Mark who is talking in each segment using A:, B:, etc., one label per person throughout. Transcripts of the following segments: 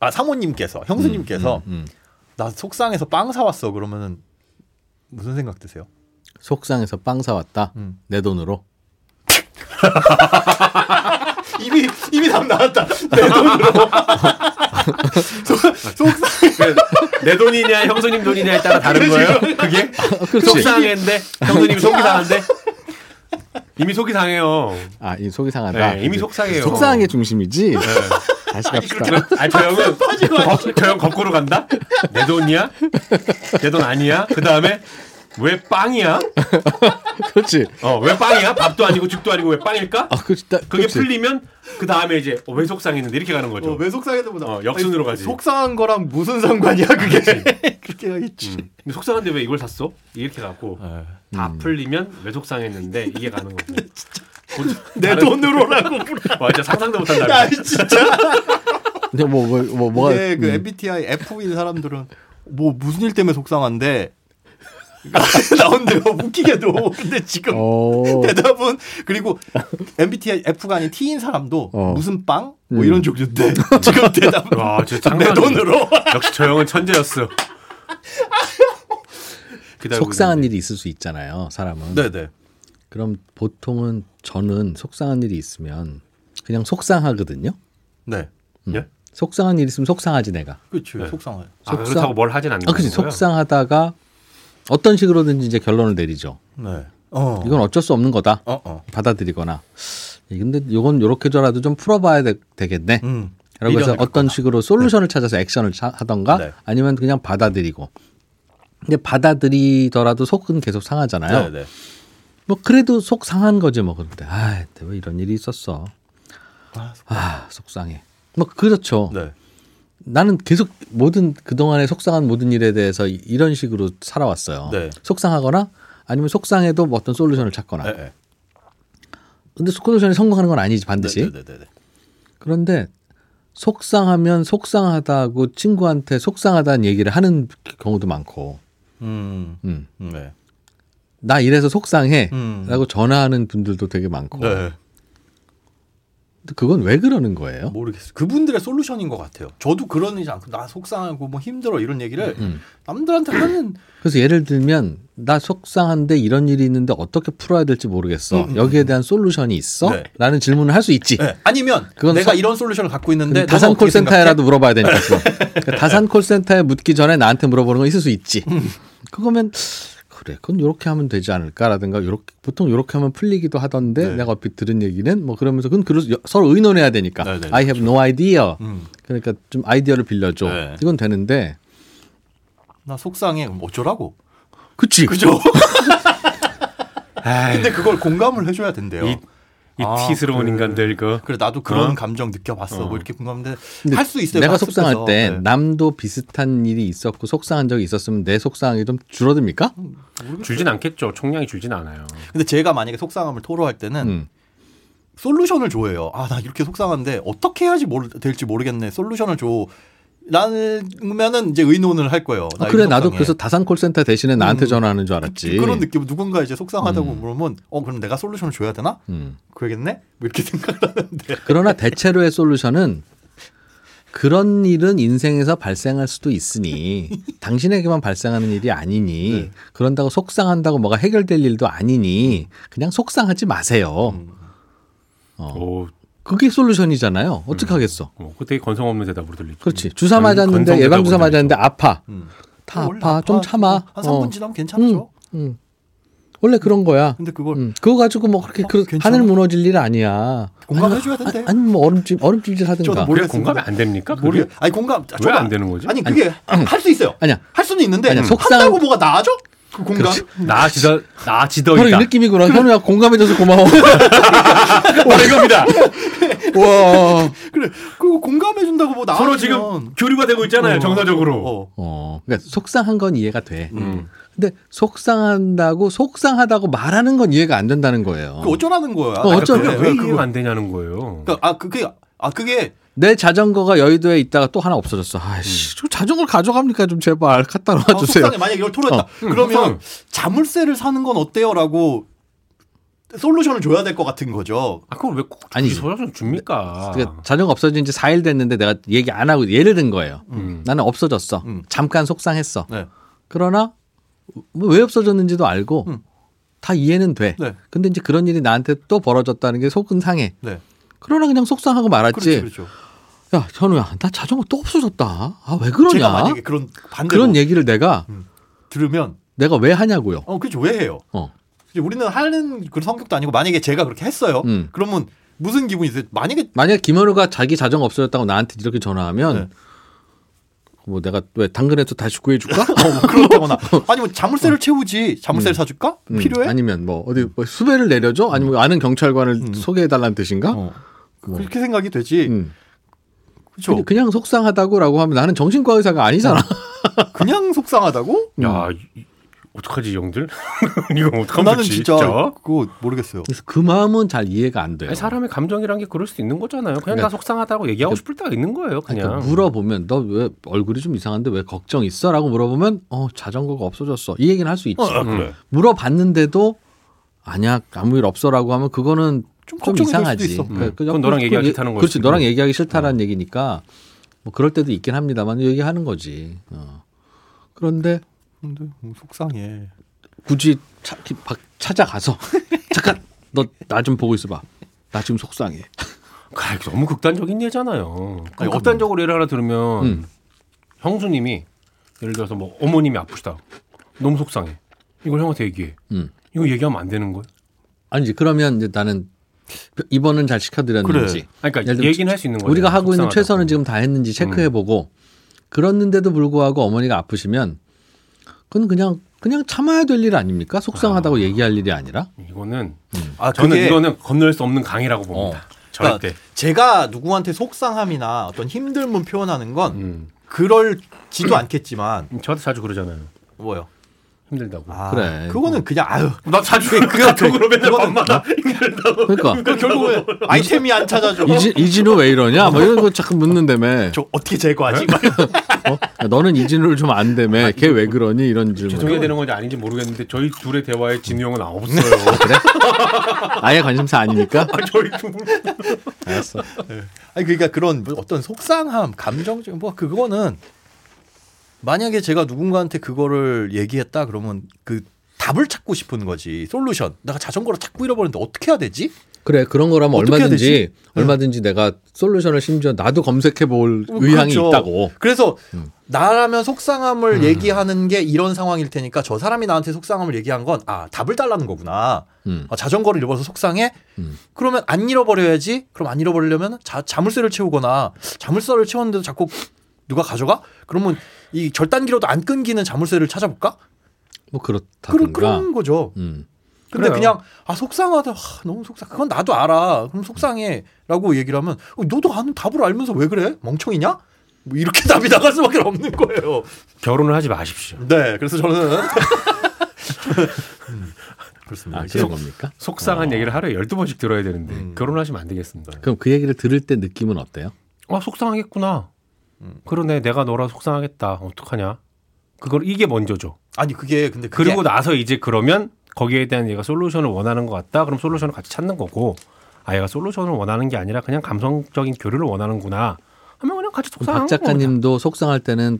A: 아 사모님께서
B: 음,
A: 형수님께서 나 속상해서 빵 사왔어 그러면은 무슨 생각 드세요?
C: 속상해서 빵 사왔다.
A: 음.
C: 내 돈으로.
A: 입이 입이 답 나왔다 내 돈으로 속, 속상
B: 그 내 돈이냐 형수님 돈이냐에 따라 다른 거예요. 그게
C: 그렇지.
B: 속상한데 형수님 속이 상한데 이미 속이 상해요.
C: 아, 이 속이 상하다.
B: 네, 이미 속상해요. 네.
C: 속상한 게 중심이지. 다시 갑시다.
B: 아저 형은 거- 저형 거꾸로 간다. 내 돈이야? 내 돈 아니야? 그 다음에 왜 빵이야?
C: 그렇지.
B: 어 왜 빵이야? 밥도 아니고 죽도 아니고 왜 빵일까?
C: 아, 그렇지. 딱-
B: 그게
C: 그렇지.
B: 풀리면 그 다음에 이제 어, 왜 속상했는데 이렇게 가는 거죠.
A: 어, 왜 속상해도 보다
B: 어, 역순으로
A: 아니,
B: 가지.
A: 속상한 거랑 무슨 상관이야 그게 그렇게 하겠지
B: 음. 근데 속상한데 왜 이걸 샀어? 이렇게 갖고 다 풀리면 왜 속상했는데 이게 가는 거죠.
A: 내 돈으로라고
B: 와 진짜 상상도 못한다.
A: 야 진짜
C: 근데 뭐, 뭐, 뭐
B: 어,
C: 뭐가
B: 네,
A: 이게 그
C: 음.
A: MBTI F인 사람들은 뭐 무슨 일 때문에 속상한데 나온대요 웃기게도 근데 지금
C: 어.
A: 대답은 그리고 MBTI F가 아닌 T인 사람도
C: 어.
A: 무슨 빵?
B: 음.
A: 뭐 이런 종류인데 지금 대답은
B: 와 진짜
A: 내
B: 장난 아니야.
A: 돈으로
B: 역시 저 형은 천재였어. 기다리고
C: 속상한
B: 있는데.
C: 일이 있을 수 있잖아요, 사람은.
A: 네네
C: 그럼 보통은 저는 속상한 일이 있으면 그냥 속상하거든요.
A: 네
B: 예?
C: 속상한 일 있으면 속상하지 내가.
A: 그렇죠
B: 네.
A: 속상해
B: 아, 그렇다고 뭘 하진 않는
C: 아, 그치.
B: 거예요.
C: 속상하다가 어떤 식으로든지 이제 결론을 내리죠.
A: 네어
C: 이건 어쩔 수 없는 거다.
A: 어어
C: 받아들이거나. 예, 근데 이건 요렇게저라도 좀 풀어봐야 되, 겠네
A: 음
C: 라고 해서
A: 미련을
C: 어떤 식으로 솔루션을 찾아서 액션을 차- 하던가
A: 네.
C: 아니면 그냥 받아들이고. 근데 받아들이더라도 속은 계속 상하잖아요.
A: 네네
C: 뭐 그래도 속 상한 거지 뭐 그런데 아, 근데 왜 이런 일이 있었어.
A: 아,
C: 아, 속상해. 뭐 그렇죠.
A: 네
C: 나는 계속 모든 그동안의 속상한 모든 일에 대해서 이- 이런 식으로 살아왔어요.
A: 네.
C: 속상하거나 아니면 속상해도 뭐 어떤 솔루션을 찾거나.
A: 네, 네.
C: 근데 솔루션이 성공하는 건 아니지 반드시.
A: 네네네
C: 그런데 속상하면 속상하다고 친구한테 속상하다는 얘기를 하는 경우도 많고.
A: 음네
C: 음.
A: 네.
C: 나 이래서 속상해.
A: 음.
C: 라고 전화하는 분들도 되게 많고.
A: 네.
C: 근데 그건 왜 그러는 거예요?
A: 모르겠어요. 그분들의 솔루션인 것 같아요. 저도 그러지 않고 나 속상하고 뭐 힘들어 이런 얘기를
C: 음.
A: 남들한테 하는
C: 그래서 예를 들면 나 속상한데 이런 일이 있는데 어떻게 풀어야 될지 모르겠어.
A: 음, 음,
C: 여기에 대한 솔루션이 있어?
A: 네.
C: 라는 질문을 할 수 있지.
A: 네. 아니면
C: 그건
A: 내가
C: 사-
A: 이런 솔루션을 갖고 있는데
C: 근데
A: 너가
C: 다산
A: 어떻게
C: 콜센터에라도 물어봐야 되니까. 그건. 그러니까 다산 콜센터에 묻기 전에 나한테 물어보는 건 있을 수 있지.
A: 음.
C: 그거면 그래, 그건 요렇게 하면 되지 않을까라든가 요렇게 보통 요렇게 하면 풀리기도 하던데
A: 네.
C: 내가 얼핏 들은 얘기는 뭐 그러면서 그건 그럴 수- 서로 의논해야 되니까.
A: 네, 네,
C: I have no idea.
A: 음.
C: 그러니까 좀 아이디어를 빌려줘.
A: 네.
C: 이건 되는데
A: 나 속상해. 그럼 어쩌라고?
C: 그치?
A: 그죠?
B: 에이,
A: 근데 그걸 공감을 해줘야 된대요.
B: 이, 이
A: 아,
B: 티스러운
A: 그래.
B: 인간들 그
A: 그래 나도 그런
B: 어?
A: 감정 느껴봤어. 뭐 이렇게 공감인데
C: 근데
A: 할 수 있어요.
C: 내가
A: 학습해서.
C: 속상할 때
A: 네.
C: 남도 비슷한 일이 있었고 속상한 적이 있었으면 내 속상함이 좀 줄어듭니까?
A: 음.
B: 줄진 않겠죠. 총량이 줄진 않아요.
A: 근데 제가 만약에 속상함을 토로할 때는
C: 음.
A: 솔루션을 줘요. 아, 나 이렇게 속상한데 어떻게 해야지 모르, 될지 모르겠네. 솔루션을 줘. 라면은 이제 의논을 할 거예요.
C: 아,
A: 나
C: 그래
A: 이거
C: 나도
A: 속상해.
C: 그래서 다산 콜센터 대신에 나한테
A: 음.
C: 전화하는 줄 알았지.
A: 그런 느낌 누군가 이제 속상하다고 물으면 어 그럼 내가 솔루션을 줘야 되나?
C: 음.
A: 그러겠네? 뭐 이렇게 생각을 하는데
C: 그러나 대체로의 솔루션은 그런 일은 인생에서 발생할 수도 있으니 당신에게만 발생하는 일이 아니니
A: 네.
C: 그런다고 속상한다고 뭐가 해결될 일도 아니니 그냥 속상하지 마세요.
A: 음.
C: 어.
B: 오,
C: 그게 솔루션이잖아요. 어떻게
A: 음.
C: 하겠어?
B: 어, 그거 되게 건성 없는 대답으로 들리죠.
C: 그렇지. 주사
B: 건-
C: 맞았는데
B: 건성대답으로
C: 예방 주사
B: 들리죠.
C: 맞았는데 아파.
A: 음.
C: 다
A: 어,
C: 아파.
A: 원래
C: 좀 참아.
A: 한 3분
C: 어.
A: 지나면 괜찮죠.
C: 음. 원래 그런 거야.
A: 근데 그걸
C: 음. 그거 가지고 뭐 그렇게
A: 어,
C: 그
A: 괜찮아.
C: 하늘 무너질 일 아니야.
A: 공감해 줘야 된대.
C: 아니, 아니 뭐 얼음찜 얼음찜질
A: 저도
C: 하든가.
A: 모르-
B: 그게 공감이 안 됩니까? 그게?
A: 모르 아니 공감 아, 저도
B: 안
A: 아-
B: 되는 거지? 음.
A: 아니 그게 할 수 있어요.
C: 아니야.
A: 할 수는 있는데
C: 아니야, 속상한-
A: 한다고 뭐가 나아져? 그 공감
B: 나 지더 나
C: 바로 이
B: 지더이다.
C: 느낌이구나. 현우야 공감해줘서 고마워.
B: 바로 이겁니다.
C: 와.
A: 그래 그거 공감해 준다고 뭐 나아지면
B: 서로 지금 교류가 되고 있잖아요. 정서적으로.
A: 어.
C: 어, 그러니까 속상한 건 이해가 돼.
B: 음.
C: 근데 속상한다고 속상하다고 말하는 건 이해가 안 된다는 거예요.
A: 그 어쩌라는 거야?
C: 어, 어쩌-
B: 그러니까 그게
A: 그게
B: 왜
A: 왜
B: 그거
A: 그거
B: 안 되냐는 거예요.
A: 그러니까 아 그게 아 그게
C: 내 자전거가 여의도에 있다가 또 하나 없어졌어. 아이씨, 저 자전거를 가져갑니까 좀 제발 갖다
A: 음. 아,
C: 놔주세요. 음,
A: 속상해 만약 이걸 토로했다.
C: 어.
A: 그러면
B: 속상해.
A: 자물쇠를 사는 건 어때요라고 솔루션을 줘야 될 것 같은 거죠.
B: 아 그걸 왜꼭
C: 아니지.
B: 소장님 줍니까?
C: 그러니까 자전거 없어진 지 4일 됐는데 내가 얘기 안 하고 예를 든 거예요.
B: 음.
C: 나는 없어졌어.
A: 음.
C: 잠깐 속상했어.
A: 네.
C: 그러나 뭐왜 없어졌는지도 알고
A: 음.
C: 다 이해는 돼.
A: 네.
C: 근데 이제 그런 일이 나한테 또 벌어졌다는 게 속은 상해.
A: 네.
C: 그러나 그냥 속상하고 말았지.
A: 그렇죠. 그렇죠.
C: 야, 현우야, 나 자전거 또 없어졌다. 아, 왜 그러냐?
A: 제가 만약에 그런 반대로
C: 그런 얘기를 내가
A: 들으면
C: 내가 왜 하냐고요.
A: 어, 그렇죠. 왜 해요?
C: 어.
A: 이제 우리는 하는 그런 성격도 아니고 만약에 제가 그렇게 했어요.
C: 음.
A: 그러면 무슨 기분이 있어요? 만약에
C: 만약 김현우가 자기 자전거 없어졌다고 나한테 이렇게
A: 네.
C: 전화하면 뭐 내가 왜 당근에서 다시 구해 줄까?
A: 어, 그렇다거나 아니 뭐 자물쇠를 채우지 자물쇠를 사줄까? 필요해?
C: 어. 음.
A: 음.
C: 아니면 뭐 어디 뭐 수배를 내려줘? 아니면 아는 경찰관을 소개해 달라는 뜻인가?
A: 어.
C: 뭐.
A: 그렇게 생각이 되지.
C: 음. 그러니까.
A: 그렇죠.
C: 그냥 속상하다고라고 하면 나는 정신과 의사가 아니잖아.
A: 어. 그냥 속상하다고?
B: 야
C: 음.
B: 이- 이- 어떡하지 이 형들? 이거 어떡하면
A: 나는
B: 좋지,
A: 진짜, 그거 모르겠어요.
C: 그래서 그 마음은 잘 이해가 안 돼요.
B: 아니, 사람의 감정이란 게 그럴 수도 있는 거잖아요. 그냥
C: 그러니까-
B: 나 속상하다고 얘기하고
C: 그러니까-
B: 싶을 때가 있는 거예요. 그냥
C: 그러니까 물어보면 너 왜 얼굴이 좀 이상한데 왜 걱정 있어?라고 물어보면 어 자전거가 없어졌어 이 얘기는 할 수 있지.
B: 그래.
C: 물어봤는데도 아니야 아무 일 없어라고 하면 그거는
A: 좀
C: 좀,
A: 걱정이 될
C: 이상하지.
A: 수도 있어. 네.
C: 그러니까
B: 음. 그건 너랑 얘기하기
C: 예-
B: 싫다는 네. 거지.
C: 그렇지 너랑 얘기하기 싫다라는 얘기니까 뭐 그럴 때도 있긴 합니다만 얘기하는 거지. 어. 그런데
A: 근데 음, 속상해.
C: 굳이 차, 박- 찾아가서 잠깐 너 나 좀 보고 있어봐. 나 지금 속상해.
B: 아, 너무 극단적인 예잖아요. 아니, 극단적으로 예를 하나 들으면
C: 그러니까 음.
B: 형수님이 예를 들어서 뭐 어머님이 아프시다. 너무 속상해. 이걸 형한테 얘기해.
C: 음.
B: 이거 얘기하면 안 되는 거예요.
C: 아니지 그러면 이제 나는 입원은 잘 시켜드렸는지
A: 그래.
B: 아니,
C: 예를
B: 그러니까
C: 들면
B: 얘기는 할 수 있는 거예요.
C: 우리가 하고 있는
B: 속상하다고.
C: 최선은 지금 다 했는지 체크해보고 그랬는데도 불구하고 어머니가 아프시면 그건 그냥 그냥 참아야 될 일 아닙니까? 속상하다고 얘기할 일이 아니라
B: 이거는
C: 음.
A: 아
B: 저는
A: 그게
B: 이거는 건널 수 없는 강이라고
C: 어.
B: 봅니다. 절대.
A: 그러니까 제가 누구한테 속상함이나 어떤 힘듦을 표현하는 건
C: 그러니까
B: 음.
A: 그럴지도 않겠지만
B: 저한테 자주 그러잖아요.
A: 뭐요?
B: 힘들다고.
A: 아,
C: 그래.
A: 그거는 그냥 아유
B: 나 자주 카톡으로 맨날 밤마다 힘들다고.
C: 그러니까
A: 결국은 아이템이 안 찾아줘.
C: 이진, 이진우 왜 이러냐? 뭐 이런 거 자꾸 묻는다며
A: 저 어떻게 제거하지?
C: 어? 야, 너는 이진우를 좀 안다며 걔 왜 그러니? 이런 질문
B: 죄송해야 되는 건지 아닌지 모르겠는데 저희 둘의 대화에 진우 형은 없어요.
C: 아예 관심사 아닙니까?
B: 저희 둘.
C: 알았어
A: 아니 그러니까 그런 뭐 어떤 속상함, 감정적 뭐 그거는 만약에 제가 누군가한테 그거를 얘기했다 그러면 그 답을 찾고 싶은 거지 솔루션. 내가 자전거를 자꾸 잃어버렸는데 어떻게 해야 되지?
C: 그래 그런 거라면
A: 어떻게 해야
C: 얼마든지
A: 되지?
C: 얼마든지 내가 솔루션을 심지어 나도 검색해 볼 의향이
A: 그렇죠.
C: 있다고
A: 그래서 나라면 속상함을 얘기하는 게 이런 상황일 테니까 저 사람이 나한테 속상함을 얘기한 건 아 답을 달라는 거구나.
C: 음.
A: 아, 자전거를 잃어버려서 속상해.
C: 음.
A: 그러면 안 잃어버려야지. 그럼 안 잃어버리려면 자, 자물쇠를 채우거나 자물쇠를 채웠는데도 자꾸 누가 가져가? 그러면 이 절단기로도 안 끊기는 자물쇠를 찾아볼까?
C: 뭐
A: 그런
C: 그렇다든가
A: 그런 거죠.
C: 음.
A: 근데
B: 그래요.
A: 그냥아 속상하다. 하, 너무 속상. 그건 나도 알아. 그럼 속상해라고 얘기를 하면 어, 너도 아는 답을 알면서 왜 그래? 멍청이냐? 뭐 이렇게 답이 나갈 수밖에 없는 거예요.
B: 결혼을 하지 마십시오.
A: 네, 그래서 저는 음, 그렇습니다.
C: 아 그런 겁니까?
B: 속상한 얘기를 하루에 12번씩 들어야 되는데
A: 음.
B: 결혼하시면 안 되겠습니다.
C: 그럼 그 얘기를 들을 때 느낌은 어때요?
B: 아, 속상하겠구나. 그러네. 내가 너라 속상하겠다. 어떡하냐? 그걸 이게 먼저죠.
A: 아니 그게 근데 그게
B: 그리고 나서 이제 그러면 거기에 대한 얘가 솔루션을 원하는 것 같다. 그럼 솔루션을 같이 찾는 거고. 아, 얘가 솔루션을 원하는 게 아니라 그냥 감성적인 교류를 원하는구나. 하면 그냥 같이
C: 그럼 박
B: 속상한 겁니다.
C: 작가님도 속상할 때는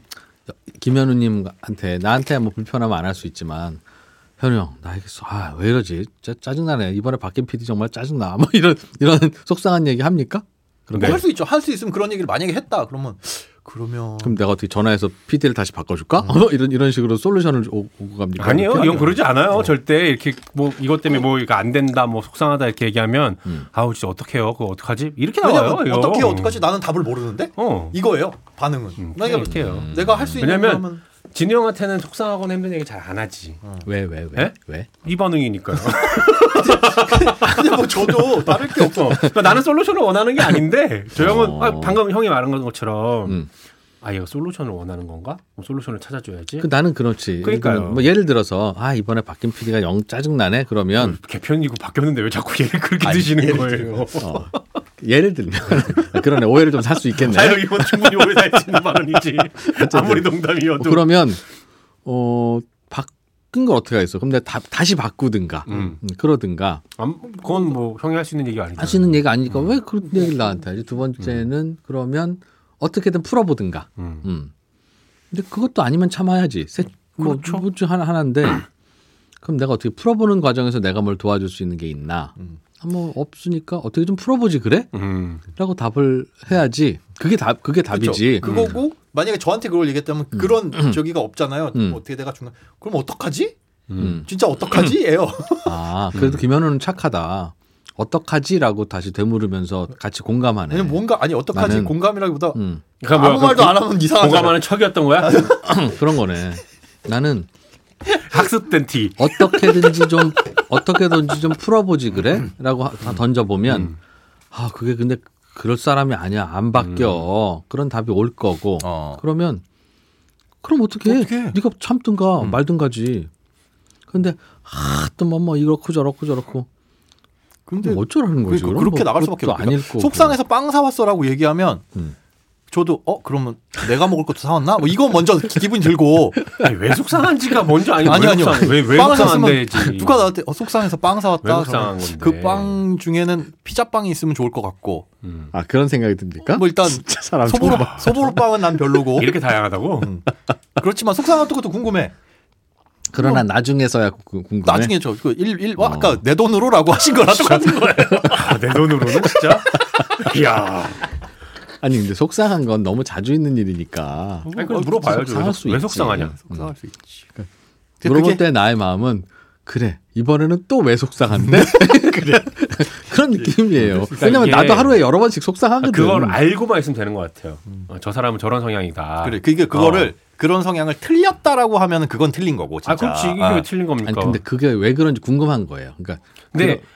C: 김현우님한테 나한테 뭐 불편하면 안 할 수 있지만 현우 형 나에게 아왜 이러지 진짜 짜증나네 이번에 박김 PD 정말 짜증나 뭐 이런 이런 속상한 얘기 합니까? 그런
B: 네.
C: 거
A: 할 수 있죠. 할 수 있으면 그런 얘기를 만약에 했다. 그러면 그러면
C: 그럼 내가 어떻게 전화해서 PD를 다시 바꿔줄까? 뭐 이런 이런 식으로 솔루션을 오- 오고 갑니까?
B: 음. 아니요,
C: 이렇게?
B: 이건 그러지 않아요. 절대 이렇게 뭐 이것 때문에 뭐 이거 안 된다, 뭐 속상하다 이렇게 얘기하면 아우 진짜 어떡해요, 그거 어떡하지? 이렇게 나와요.
A: 음. 왜냐면
B: 이거.
A: 어떻게 어떡하지? 나는 답을 모르는데
B: 어.
A: 이거예요. 반응은.
B: 그냥
A: 그러니까
B: 이렇게요.
A: 내가 할 수 있는
B: 음, 왜냐면
A: 거면
B: 진우 형한테는 속상하거나 힘든 얘기 잘 안 하지.
A: 어.
C: 왜 왜 왜?
B: 에?
C: 왜?
B: 이 반응이니까요.
A: 근데 뭐 저도 다를 게 없어.
B: 그러니까 나는 솔루션을 원하는 게 아닌데 저 형은
C: 어.
B: 아, 방금 형이 말한 것처럼
C: 음.
B: 아 얘가 솔루션을 원하는 건가? 그럼 솔루션을 찾아줘야지.
C: 그 나는 그렇지.
B: 그러니까요.
C: 예를 들면 뭐 예를 들어서 아 이번에 박김 PD가 영 짜증 나네 그러면
B: 음. 개편이고 바뀌었는데 왜 자꾸 얘를 그렇게
A: 아니,
B: 드시는
A: 예를
B: 거예요?
C: 어. 예를 들면 그러네 오해를 좀 살 수 있겠네.
B: 아유 이건 뭐 충분히
A: 뭐
B: 오해할 수 있는 발언이지. 아무리 농담이어도.
C: 그러면 어 박 바뀐 걸 어떻게 하겠어? 그럼 내가 다, 다시 바꾸든가
B: 음.
C: 음, 그러든가
B: 암- 그건 뭐 형이 할 수 있는 얘기 아니죠.
C: 할 수 있는 얘기가 아니니까
B: 음.
C: 왜 그런 얘기를 나한테 하지? 두 번째는 그러면 어떻게든 풀어보든가.
B: 음.
C: 음. 근데 그것도 아니면 참아야지. 셋, 뭐,
B: 그렇죠.
C: 그렇죠. 하나 하나인데 그럼 내가 어떻게 풀어보는 과정에서 내가 뭘 도와줄 수 있는 게 있나?
A: 음.
C: 아, 뭐 없으니까 어떻게 좀 풀어보지 그래?
B: 음.
C: 라고 답을 해야지. 그게 답 그게 답이지.
A: 그거고 만약에 저한테 그걸 얘기했다면
B: 음.
A: 그런 저기가 없잖아요. 뭐
C: 음.
A: 어떻게 내가 중간 그럼 어떡하지?
C: 음.
A: 진짜 어떡하지?예요.
C: 아
A: 음.
C: 그래도 김현우는 착하다. 어떡하지라고 다시 되물으면서 같이 공감하네.
A: 아니 뭐- 뭔가 아니 어떡하지
C: 나는-
A: 공감이라기보다
C: 음,
B: 그러니까
A: 아무 말도 안 하면 이상하잖아.
B: 공감하는 척이었던 거야?
C: 그런 거네. 나는
B: 학습된 티.
C: 어떻게든지 좀 어떻게든지 좀 풀어보지 그래라고 하- 던져 보면
A: 음.
C: 아 그게 근데 그럴 사람이 아니야 안 바뀌어 그런 답이 올 거고
A: 음.
B: 음.
A: 어.
C: 그러면 그럼 어떻게 해?
A: 어떡해? 음.
C: 네가 참든가 말든가지 근데 하또뭐뭐 이렇고 저렇고 저렇고
A: 근데
C: 그럼 어쩌라는 거지
A: 그러니까
C: 그럼
A: 그렇게
C: 뭐
A: 나갈 수밖에
C: 그것도
A: 없고
C: 아닐 거고.
A: 속상해서 빵 사왔어라고 얘기하면
C: 음.
A: 저도 어 그러면 내가 먹을 것도 사왔나? 뭐 이거 먼저 기- 기분이 들고
B: 아니, 왜 속상한지가 뭔지 아니
A: 아니
B: 왜
A: 아니요.
B: 속상해? 왜, 왜
A: 빵을
B: 속상한데
A: 샀으면 누가 나한테 어, 속상해서 빵
B: 왜
A: 사왔다.
B: 속상한 건데?
A: 그 빵 중에는 피자빵이 있으면 좋을 것 같고
B: 음.
C: 아 그런 생각이 듭니까?
A: 뭐 일단
C: 진짜 사람
A: 소보로
C: 정말.
A: 소보로 빵은 난 별로고
B: 이렇게 네. 다양하다고?
A: 그렇지만 속상한 것도 궁금해.
C: 그러나 나중에서야 구- 구- 궁금해.
A: 나중에 저그 일일
C: 어.
A: 아까 내 돈으로라고 하신 거랑 똑같은 거예요.
B: 아, 내 돈으로는 진짜. 이야.
C: 아니 근데 속상한 건 너무 자주 있는 일이니까
B: 아니, 그럼 물어봐야죠. 왜,
C: 속상할 수
B: 속- 왜
C: 있지.
B: 속상하냐? 아,
A: 속상할 수 있지. 근데
C: 물어볼
A: 그게-
C: 때 나의 마음은 그래 이번에는 또 왜 속상한데 그래 그런 느낌이에요.
B: 음. 그러니까
C: 왜냐면
B: 이게-
C: 나도 하루에 여러 번씩
B: 아,
C: 속상하거든.
B: 그걸 알고만 있으면 되는 것 같아요.
C: 음.
B: 어, 저 사람은 저런 성향이다. 어.
A: 그래 그게 그거를 그런 성향을 틀렸다라고 하면은 그건 틀린 거고 진짜.
B: 아, 그렇지. 이게 왜 틀린 겁니까?
C: 아니 근데 그게 왜 그런지 궁금한 거예요. 그러니까
B: 근데
C: 그거-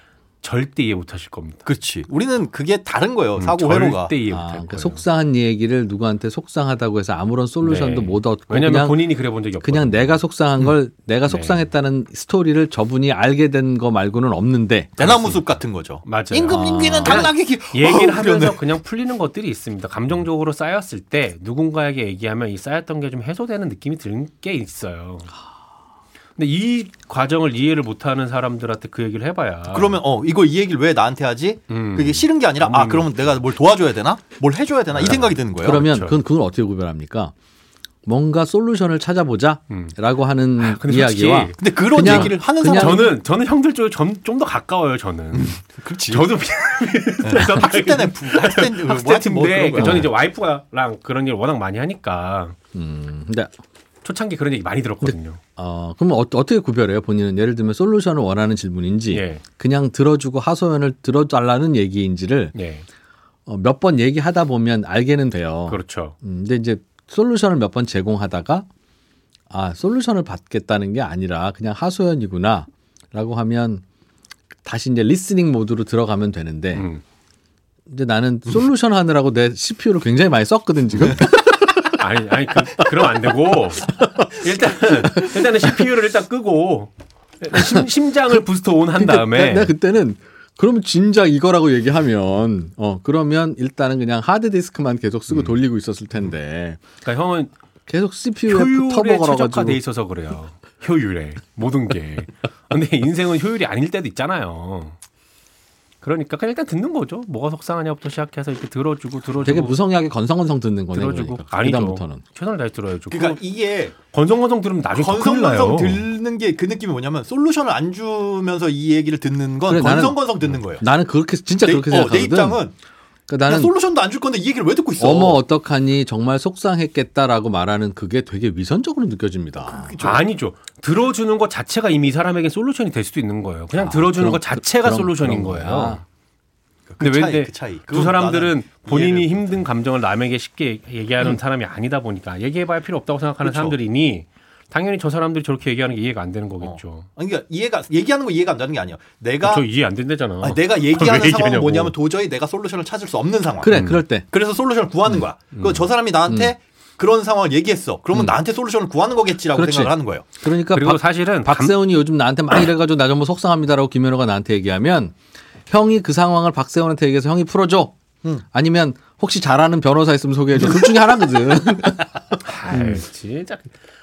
B: 절대 이해 못 하실 겁니다.
A: 그렇지. 우리는 그게 다른 거예요.
B: 음,
A: 사고 회로가.
B: 절대 이해 못
C: 아,
B: 할
C: 그러니까
B: 거예요.
C: 속상한 얘기를 누구한테 속상하다고 해서 아무런 솔루션도
B: 네.
C: 못 얻고
B: 왜냐면
C: 그냥
B: 본인이 음. 네. 그래 본 적이 없고.
C: 그냥 내가 속상한 걸 내가 속상했다는 스토리를 저분이 알게 된 거 말고는 없는데
A: 대나무 숲 같은 거죠.
B: 맞아요.
A: 임금 임기는 당나귀 기...
B: 얘기를
A: 어우,
B: 하면서
A: 그러네.
B: 그냥 풀리는 것들이 있습니다. 감정적으로 쌓였을 때 누군가에게 얘기하면 이 쌓였던 게 좀 해소되는 느낌이 드는 게 있어요. 근데 이 과정을 이해를 못하는 사람들한테 그 얘기를 해봐야
A: 그러면 어 이거 이 얘기를 왜 나한테 하지?
B: 음.
A: 그게 싫은 게 아니라 아 그러면 내가 뭘 도와줘야 되나? 뭘 해줘야 되나? 이 생각이 드는 거예요.
C: 그러면
B: 그렇죠.
C: 그건 그걸 어떻게 구별합니까? 뭔가 솔루션을 찾아보자라고
B: 음.
C: 하는
B: 근데
C: 이야기와
B: 솔직히
A: 근데 그런
C: 그냥-
A: 얘기를 하는
C: 그냥-
A: 사람
B: 저는 저는 형들 쪽에 좀더 가까워요. 저는
A: 음, 그렇지.
B: 저도
A: 네. 학습 때네 부- 학습 때는 뭐 하여튼 뭐
B: 학생인데
A: 그런 거야.
B: 네, 저는 이제 와이프랑 그런 일 워낙 많이 하니까
C: 음, 근데
B: 초창기 그런 얘기 많이 들었거든요.
C: 어, 그럼 어, 떻게 구별해요? 본인은 예를 들면 솔루션을 원하는 질문인지
B: 예.
C: 그냥 들어주고 하소연을 들어달라는 얘기인지를
A: 네.
C: 어,
B: 예,
C: 몇 번 얘기하다 보면 알게는 돼요.
A: 어.
B: 그렇죠.
C: 음, 근데 이제 솔루션을 몇 번 제공하다가 아 솔루션을 받겠다는 게 아니라 그냥 하소연이구나라고 하면 다시 이제 리스닝 모드로 들어가면 되는데
B: 음.
C: 이제 나는 솔루션 하느라고 내 CPU를 굉장히 많이 썼거든 지금.
B: 음. 아니, 아니, 그, 그럼 안 되고. 일단, 일단은 CPU를 일단 끄고, 심, 심장을 부스터 온 한
C: 그러니까 나-
B: 다음에.
C: 내가 그때는 그러면 진작 이거라고 얘기하면 어 그러면 일단은 그냥 하드 디스크만 계속
B: 음.
C: 쓰고 돌리고 있었을 텐데
B: 그러니까 형은
C: 계속 CPU에
B: 효율에
C: 터벅을
B: 최적화돼
C: 가지고
B: 있어서 그래요. 효율에. 모든 게. 근데 인생은 효율이 아닐 때도 있잖아요. 그러니까 그냥 일단 듣는 거죠. 뭐가 속상하냐부터 시작해서 이렇게 들어주고, 들어주고.
C: 되게 무성하게 건성건성 듣는 거네
B: 들어주고.
C: 그러니까
B: 아니죠.
C: 그다음부터는
B: 최선을 다해 들어야죠.
A: 그러니까
B: 그거
A: 이게
B: 건성건성 들으면 나중에 더 큰일 나요.
A: 건성건성 듣는 게 그 느낌이 뭐냐면 솔루션을 안 주면서 이 얘기를 듣는 건
C: 그래, 나는-
A: 건성건성 듣는 거예요.
C: 나는 그렇게 진짜
A: 내,
C: 그렇게
A: 어,
C: 생각하거든.
A: 내 입장은 나
C: 그러니까 나는
A: 솔루션도 안 줄 건데 이 얘기를 왜 듣고 있어?
C: 어머 어떡하니 정말 속상했겠다라고 말하는 그게 되게 위선적으로 느껴집니다.
B: 아니죠. 들어주는 것 자체가 이미 이 사람에게 솔루션이 될 수도 있는 거예요. 그냥
A: 아,
B: 들어주는
C: 그럼-
B: 것 자체가
C: 그럼-
B: 솔루션인
C: 그런
B: 거예요.
C: 거야.
B: 근데
A: 차이,
B: 왠데
A: 아, 그 차이.
B: 두
A: 그건
B: 사람들은
A: 나는
B: 본인이
A: 이해를
B: 힘든 감정을 남에게 쉽게 얘기하는 사람이 아니다 보니까 얘기해봐야 필요 없다고 생각하는
A: 그렇죠.
B: 사람들이니 당연히 저 사람들이 저렇게 얘기하는 게 이해가 안 되는 거겠죠. 어,
A: 아니, 그러니까 이해가 얘기하는 거 이해가 안 되는 게 아니에요. 내가
B: 저 이해 안 된다잖아.
A: 그러니까 아니, 내가
B: 왜
A: 얘기하는 상황은
B: 얘기하냐고.
A: 뭐냐면 도저히 내가 솔루션을 찾을 수 없는 상황.
C: 그래 그럴 때
A: 서 솔루션을 구하는
B: 음.
A: 거야. 그저 사람이 나한테 그런 상황을 얘기했어.
B: 음.
A: 그러면 나한테 솔루션을 구하는 거겠지라고
C: 그렇지.
A: 생각을 하는 거예요.
C: 그러니까
B: 그리고
C: 박,
B: 사실은 감-
C: 박세훈이 요즘 나한테 막 이래가지고 나 정말 속상합니다라고 김현우가 나한테 얘기하면 형이 그 상황을 박세훈한테 얘기해서 형이 풀어줘. 아니면 혹시 잘하는 변호사
A: 음.
C: 있으면 소개해줘. 둘 중에 하나거든.
B: 아이, 진짜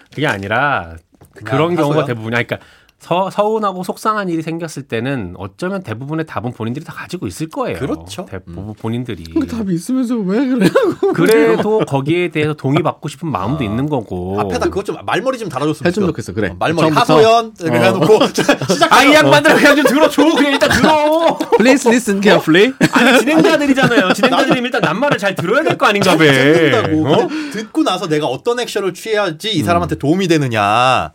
B: 그게 아니라 그런 경우가
A: 하소연?
B: 대부분이야. 그러니까 서, 서운하고 속상한 일이 생겼을 때는 어쩌면 대부분의 답은 본인들이 다 가지고 있을 거예요.
A: 그렇죠.
B: 대부분 본인들이.
C: 그 답이 있으면서 왜 그래요?
B: 그래도 거기에 대해서 동의받고 싶은 마음도 있는 거고.
A: 아. 앞에다 그것 좀 말머리 좀 달아줬으면
C: 했으면
A: 좋겠어.
C: 좋겠어. 그래.
A: 어, 말머리
C: 처음부터.
A: 하소연 이렇게 해놓고 시작.
B: 아, 이 양반들 그냥 좀 들어줘. 그냥 일단 들어.
C: Please listen carefully.
B: 아니, 진행자들이잖아요. 진행자들이면 일단 남말을 잘 들어야 될 거 아닌가 봐.
A: 듣는다고.
B: 어? 음.
A: 근데 듣고 나서 내가 어떤 액션을 취해야지 이 사람한테 도움이 되느냐.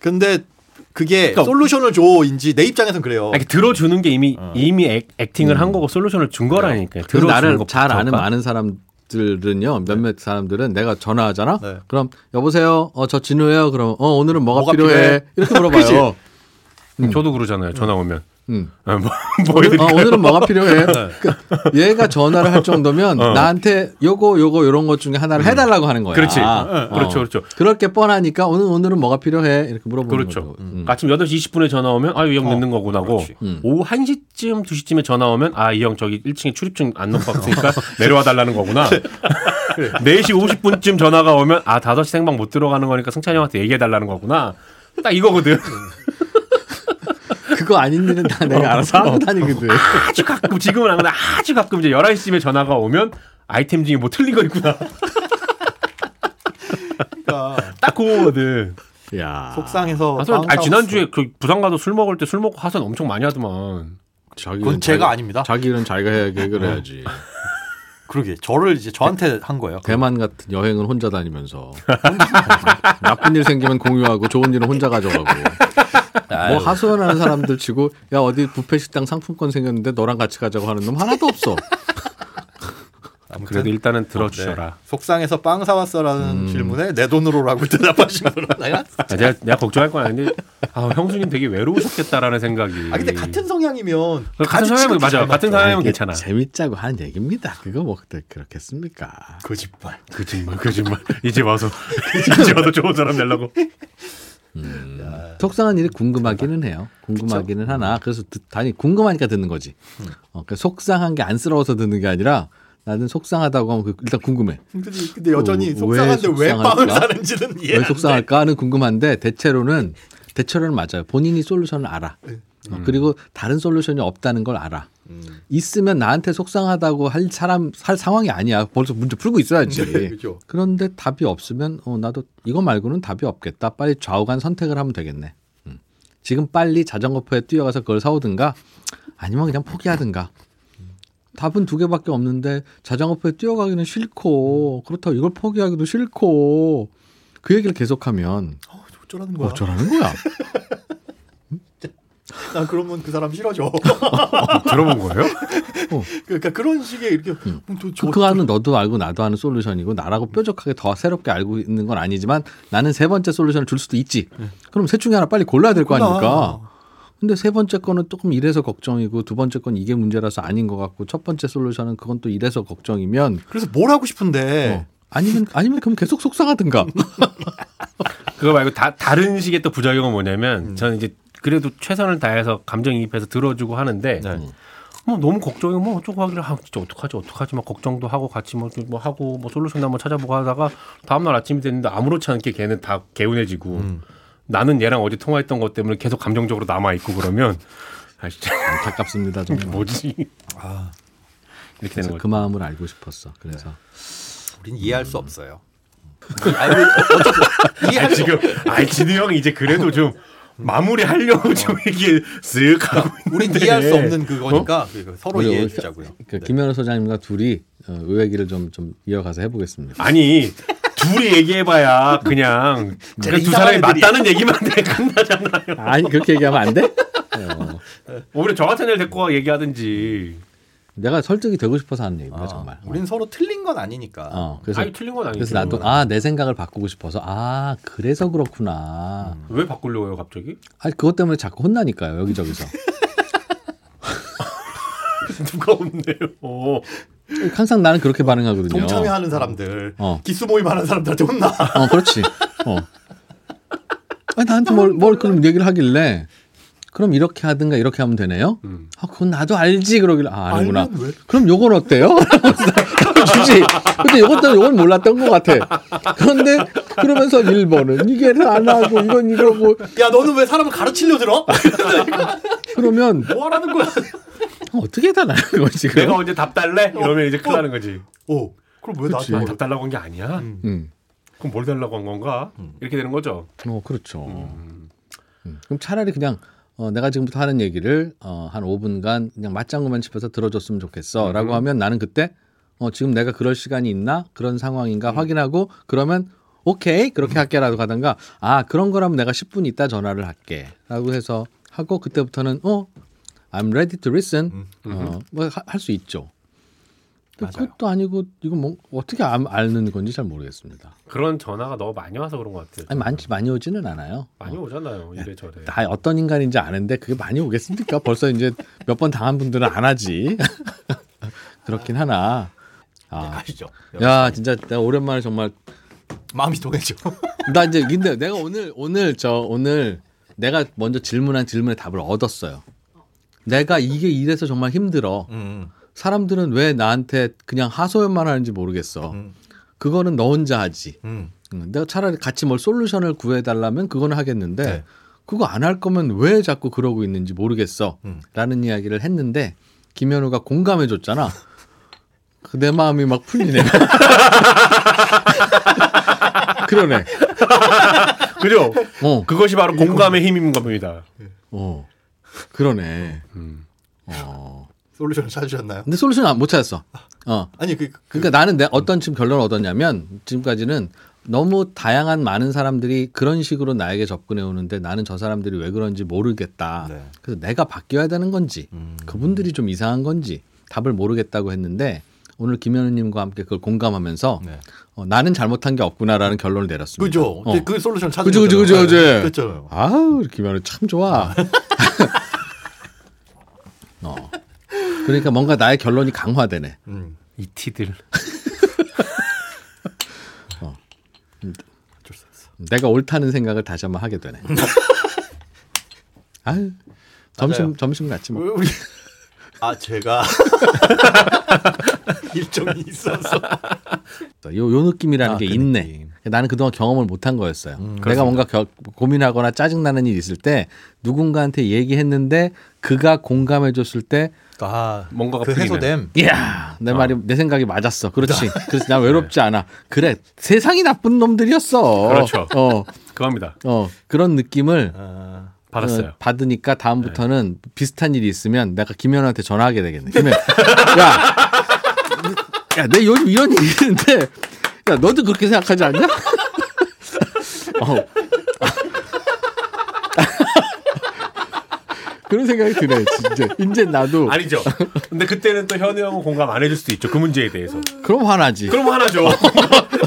A: 근데 그게
B: 그러니까
A: 솔루션을 줘인지 내 입장에선 그래요.
B: 아니, 들어주는 게 이미 이미 액, 액팅을
A: 음.
B: 한 거고 솔루션을 준 거라니까요.
C: 그래서
B: 들어주는
C: 나를
B: 것부터가. 네.
C: 잘 아는 많은 사람들은요. 몇몇 사람들은 내가 전화하잖아.
A: 네.
C: 그럼 여보세요. 어 저 진우예요. 그럼 어 오늘은 뭐가,
A: 뭐가
C: 필요해?
A: 필요해?
C: 이렇게 물어봐요.
B: 저도 그러잖아요. 전화 오면.
C: 음.
B: 아, 뭐, 뭐
C: "어, 오늘, 은 뭐가 필요해?
B: 네.
C: 그러니까 얘가 전화를 할 정도면 나한테 요거 요거 요런 것 중에 하나를 해달라고 하는 거야.
B: 어. 음. 그렇지.
C: 아,
B: 어, 그렇죠, 그렇죠.
C: 그럴 게 뻔하니까 오늘 오늘은 뭐가 필요해? 이렇게 물어보는
B: 그렇죠.
C: 거죠. 음. 어,
B: 아침 8시 20분에 전화 오면 아, 이 형 늦는 거구나고. 오후 1시쯤, 2시쯤에 전화 오면 아, 이 형 저기 1층에 출입증 안 넣고
C: 어.
B: 왔으니까 내려와 달라는 거구나.
C: 네.
B: 4시 50분쯤 전화가 오면 아, 5시 생방 못 들어가는 거니까 승찬이 형한테 얘기해 달라는 거구나. 딱 이거거든.
C: 그거 아닌 일은 다 내가 알아서 하고
B: 어.
C: 다니거든.
B: 아주 가끔 지금은 안 그래. 아주 가끔 이제 11시쯤에 전화가 오면 아이템 중에 뭐 틀린 거 있구나.
A: 그러니까
B: 딱 그거거든.
C: 야. 어,
A: 속상해서.
B: 하선,
A: 다운
B: 아 지난주에 그 부산 가서 술 먹을 때 술 먹고 하선 엄청 많이 하더만.
C: 자기
A: 그건
C: 일은
A: 제가
C: 자기-
A: 아닙니다.
C: 자기 일은 자기가 해야
B: 네.
C: 해결해야지.
A: 그러게 저를 이제 저한테 한 거예요.
C: 대만 같은 여행은 혼자 다니면서 나쁜 일 생기면 공유하고 좋은 일은 혼자 가져가고 뭐 하소연하는 사람들 치고 야 어디 부페 식당 상품권 생겼는데 너랑 같이 가자고 하는 놈 하나도 없어.
B: 그래도 일단은
A: 네.
B: 들어주셔라.
A: 속상해서 빵
C: 음.
A: 사왔어라는 질문에 내 돈으로라고 대답하시는 거예요.
B: 아, 내가, 내가 걱정할 건 아닌데 아, 형수님 되게 외로우셨겠다라는 생각이. 그
A: 아 근데 같은 성향이면
B: 같은 사람은 맞아. 같은 사람은 괜찮아.
C: 재밌자고 하는 얘기입니다. 그거 뭐 그때 그렇겠습니까?
A: 거짓말. 그
B: 거짓말, 거짓말. 이제 와서 이제 와서 좋은 사람 내려고.
C: 속상한 일이 궁금하기는 해요. 궁금하기는 하나. 그래서 듣, 아니 궁금하니까 듣는 거지. 어, 그러니까 속상한 게 안쓰러워서 듣는 게 아니라 나는 속상하다고 하면 그- 일단 궁금해.
A: 근데, 근데 여전히
C: 왜
A: 속상한데 왜,
C: 속상할까?
A: 빵을 사는지는 이해.
C: 왜 속상할까는 궁금한데 대체로는 대체로는 맞아요. 본인이 솔루션을 알아. 어, 그리고 다른 솔루션이 없다는 걸 알아. 있으면 나한테 속상하다고 할 사람 할 상황이 아니야. 벌써 문제 풀고
A: 네,
C: 있어야지.
A: 그죠.
C: 그런데 답이 없으면 어, 나도 이거 말고는 답이 없겠다. 빨리 좌우간 선택을 하면 되겠네. 음. 지금 빨리 자전거포에 뛰어가서 그걸 사오든가 아니면 그냥 포기하든가. 답은 두 개밖에 없는데 자전거포에 뛰어가기는
A: 음.
C: 싫고 그렇다고 이걸 포기하기도 싫고 그 얘기를 계속하면
A: 어, 어쩌라는 거야.
C: 어쩌라는 거야?
A: 난 그러면 그 사람 싫어져.
B: 아, 들어본 거예요?
A: 그러니까 그런 식의 이렇게 음, 저, 저,
C: 그 안은 너도 알고 나도 아는 솔루션이고 나라고 뾰족하게 더 새롭게 알고 있는 건 아니지만 나는 세 번째 솔루션을 줄 수도 있지.
A: 네.
C: 그럼 셋 중에 하나 빨리 골라야 될 거
A: 골라.
C: 아닙니까? 근데 세 번째 거는 조금 이래서 걱정이고 두 번째 건 이게 문제라서 아닌 것 같고 첫 번째 솔루션은 그건 또 이래서 걱정이면
A: 그래서 뭘 하고 싶은데
C: 어, 아니면 아니면 그럼 계속 속상하든가.
B: 그거 말고 다, 다른 식의 또 부작용은 뭐냐면 저는 이제 그래도 최선을 다해서 감정이입해서 들어주고 하는데
A: 네.
B: 뭐 너무 걱정이 뭐 어쩌고 하기를 아, 진짜 어떡하지 어떡하지 막 걱정도 하고 같이 뭐, 좀 뭐 하고 뭐 솔루션 한번 찾아보고 하다가 다음날 아침이 됐는데 아무렇지 않게 걔는 다 개운해지고 나는 얘랑 어제 통화했던 것 때문에 계속 감정적으로 남아 있고 그러면 아 진짜
C: 안타깝습니다. 정말.
B: 뭐지 이렇게 되는
C: 그래서
B: 거죠.
C: 그 마음을 알고 싶었어.
A: 네.
C: 그래서 어.
A: 우린 이해할 수 없어요. 아니, 어쨌든 이해할 수 없-
B: 지금 아 진우 형 이제 그래도 좀 마무리 하려고 좀 이게 쓱 하고
A: 우린
B: 있는데.
A: 이해할 수
C: 네.
A: 없는 그거니까
C: 어?
A: 그러니까 서로
C: 우리
A: 이해해
C: 오늘
A: 주자고요. 네.
C: 그 김현우 소장님과 둘이 어, 의외기를 좀 좀 이어가서 해보겠습니다.
B: 아니 둘이 얘기해봐야 그냥
A: 제가
B: 그냥 두
A: 이상한
B: 사람이
A: 애들이야.
B: 맞다는 얘기만 해 끝나잖아.
C: 아니 그렇게 얘기하면 안 돼?
A: 네, 뭐.
C: 어,
B: 오히려 저 같은 애를 데리고 와 얘기하든지.
C: 내가 설득이 되고 싶어서 하는 얘기입니다
A: 아,
C: 정말.
A: 우린 서로 틀린 건 아니니까.
C: 어, 그래서
B: 아니 틀린 건 아니죠.
C: 그래서 나도 아 내 생각을 바꾸고 싶어서 아 그래서 그렇구나.
A: 음.
B: 왜 바꾸려고요 갑자기?
C: 아니 그것 때문에 자꾸 혼나니까요 여기저기서.
B: 누가 없네요. 어.
C: 항상 나는 그렇게 반응하거든요.
A: 동참해하는 사람들,
C: 어.
A: 기수 모임하는 사람들한테 혼나.
C: 어 그렇지. 어. 아니 나한테 뭘 뭘 그런 얘기를 하길래 그럼 이렇게 하든가 이렇게 하면 되네요.
B: 음.
C: 아, 그건 나도 알지 그러길래 아, 아니구나.
A: 알면 왜?
C: 그럼 요건 어때요? 주지. 근데 요것도 요건 몰랐던 것 같아. 그런데 그러면서 1번은 이게 안 하고 이건 이러고
A: 야 너는 왜 사람을 가르치려 들어?
C: 그러면
A: 뭐 하라는 거야?
C: 어떻게 해달라는 거지
B: 내가
C: 그럼?
B: 언제 답
A: 어,
B: 달래? 이러면 이제 큰일 나는 거지.
A: 오 그럼 왜
C: 그치.
A: 나한테
B: 아, 답 달라고 한 게 아니야?
A: 음.
C: 음.
B: 그럼 뭘 달라고 한 건가? 이렇게 되는 거죠.
C: 어 그렇죠.
B: 음.
C: 음. 그럼 차라리 그냥 어, 내가 지금부터 하는 얘기를 어, 한 5분간 그냥 맞장구만 짚어서 들어줬으면
A: 음.
C: 좋겠어라고 하면 나는 그때 어, 지금 내가 그럴 시간이 있나 그런
A: 음.
C: 상황인가 확인하고 그러면 오케이 그렇게 할게라도 가든가 아 그런 거라면 내가 10분 있다 전화를 할게라고 해서 하고 그때부터는 어 I'm ready to listen 어, 뭐할 수 있죠.
A: 음. 맞아요.
C: 그것도 아니고 이건 뭐 어떻게 아, 아는 건지 잘 모르겠습니다.
B: 그런 전화가 너무 많이 와서 그런 것 같아요.
C: 아니 어. 많지 많이 오지는 않아요.
B: 많이 오잖아요. 이래저래.
C: 다 어떤 인간인지 아는데 그게 많이 오겠습니까? 벌써 이제 몇 번 당한 분들은 안 하지. 그렇긴 하나. 아,
A: 가시죠.
C: 야 진짜 내가 오랜만에 정말
A: 마음이 동해져.
C: 나 이제 근데 내가 오늘 오늘 저 오늘 내가 먼저 질문한 질문의 답을 얻었어요. 내가 이게 이래서 정말 힘들어.
A: 음.
C: 사람들은 왜 나한테 그냥 하소연만 하는지 모르겠어.
A: 음.
C: 그거는 너 혼자 하지.
A: 음.
C: 음, 내가 차라리 같이 뭘 솔루션을 구해달라면 그건 하겠는데
A: 네.
C: 그거 안 할 거면 왜 자꾸 그러고 있는지 모르겠어
A: 음.
C: 라는 이야기를 했는데 김현우가 공감해 줬잖아 그 내 마음이 막 풀리네 그러네
B: 그죠?
C: 어,
B: 그것이 바로 공감의 힘인 겁니다.
C: 어 그러네
B: 음.
C: 어.
A: 솔루션을 찾으셨나요?
C: 근데 솔루션 안- 못 찾았어 어
A: 아니 그, 그
C: 그러니까 나는 내 어떤 지금 결론을 얻었냐면 지금까지는 너무 다양한 많은 사람들이 그런 식으로 나에게 접근해 오는데 나는 저 사람들이 왜 그런지 모르겠다.
A: 네.
C: 그래서 내가 바뀌어야 되는 건지
A: 음.
C: 그분들이 좀 이상한 건지 답을 모르겠다고 했는데 오늘 김현우님과 함께 그걸 공감하면서
A: 네.
C: 어, 나는 잘못한 게 없구나라는 결론을 내렸습니다.
A: 그죠.
C: 어.
A: 그 솔루션 찾으
C: 그죠, 그죠, 그죠, 그죠.
A: 그죠.
C: 아우 김현우 참 좋아. 어. 그러니까 뭔가 나의 결론이 강화되네.
A: 음.
B: 이티들.
A: 어쩔 수 없어.
C: 내가 옳다는 생각을 다시 한번 하게 되네. 아유, 점심
B: 맞아요.
C: 점심 같이 먹.
A: 우리 아 제가 일정이 있어서
C: 요, 요 느낌이라는
A: 아,
C: 게
A: 그
C: 있네.
A: 느낌.
C: 나는 그동안 경험을 못한 거였어요.
B: 음,
C: 내가 뭔가 겨- 고민하거나 짜증나는 일이 있을 때 누군가한테 얘기했는데 그가 공감해 줬을 때
A: 아
B: 뭔가가
A: 그
B: 풀리는.
A: 해소됨.
C: 이야
B: 아.
C: 내 말이 내 생각이 맞았어 그렇지 그래서 난
B: 네.
C: 외롭지 않아 그래 세상이 나쁜 놈들이었어
B: 그렇죠.
C: 어,
B: 그겁니다.
C: 어 그런 느낌을
A: 아,
B: 받았어요. 네.
C: 어, 받으니까 다음부터는 비슷한 일이 있으면 내가 김현우한테 전화하게 되겠네. 김현, 야, 야, 내 요즘 이런 일이 있는데, 야, 너도 그렇게 생각하지 않냐? 어. 그런 생각이 드네. 진짜 이제 나도
B: 아니죠. 근데 그때는 또 현우 형은 공감 안 해줄 수도 있죠. 그 문제에 대해서.
C: 그럼 화나지.
B: 그럼 화나죠.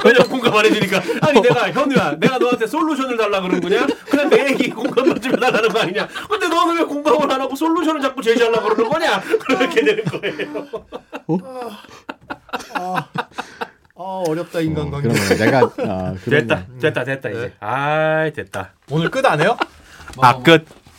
B: 왜냐면 공감 안 해주니까. 아니 내가 현우야, 내가 너한테 솔루션을 달라 그런 거냐? 그냥 내 얘기 공감만 좀 해달라는 거 아니냐? 근데 너는 왜 공감을 안 하고 솔루션을 자꾸 제시하려고 그러는 거냐? 그렇게 되는 거예요.
A: 아 어렵다
C: 어,
A: 인간관계.
C: 그러면 내가 아, 그러면
B: 네. 됐다, 됐다, 됐다 이제. 아, 됐다.
A: 오늘 끝 안 해요?
B: 아 끝.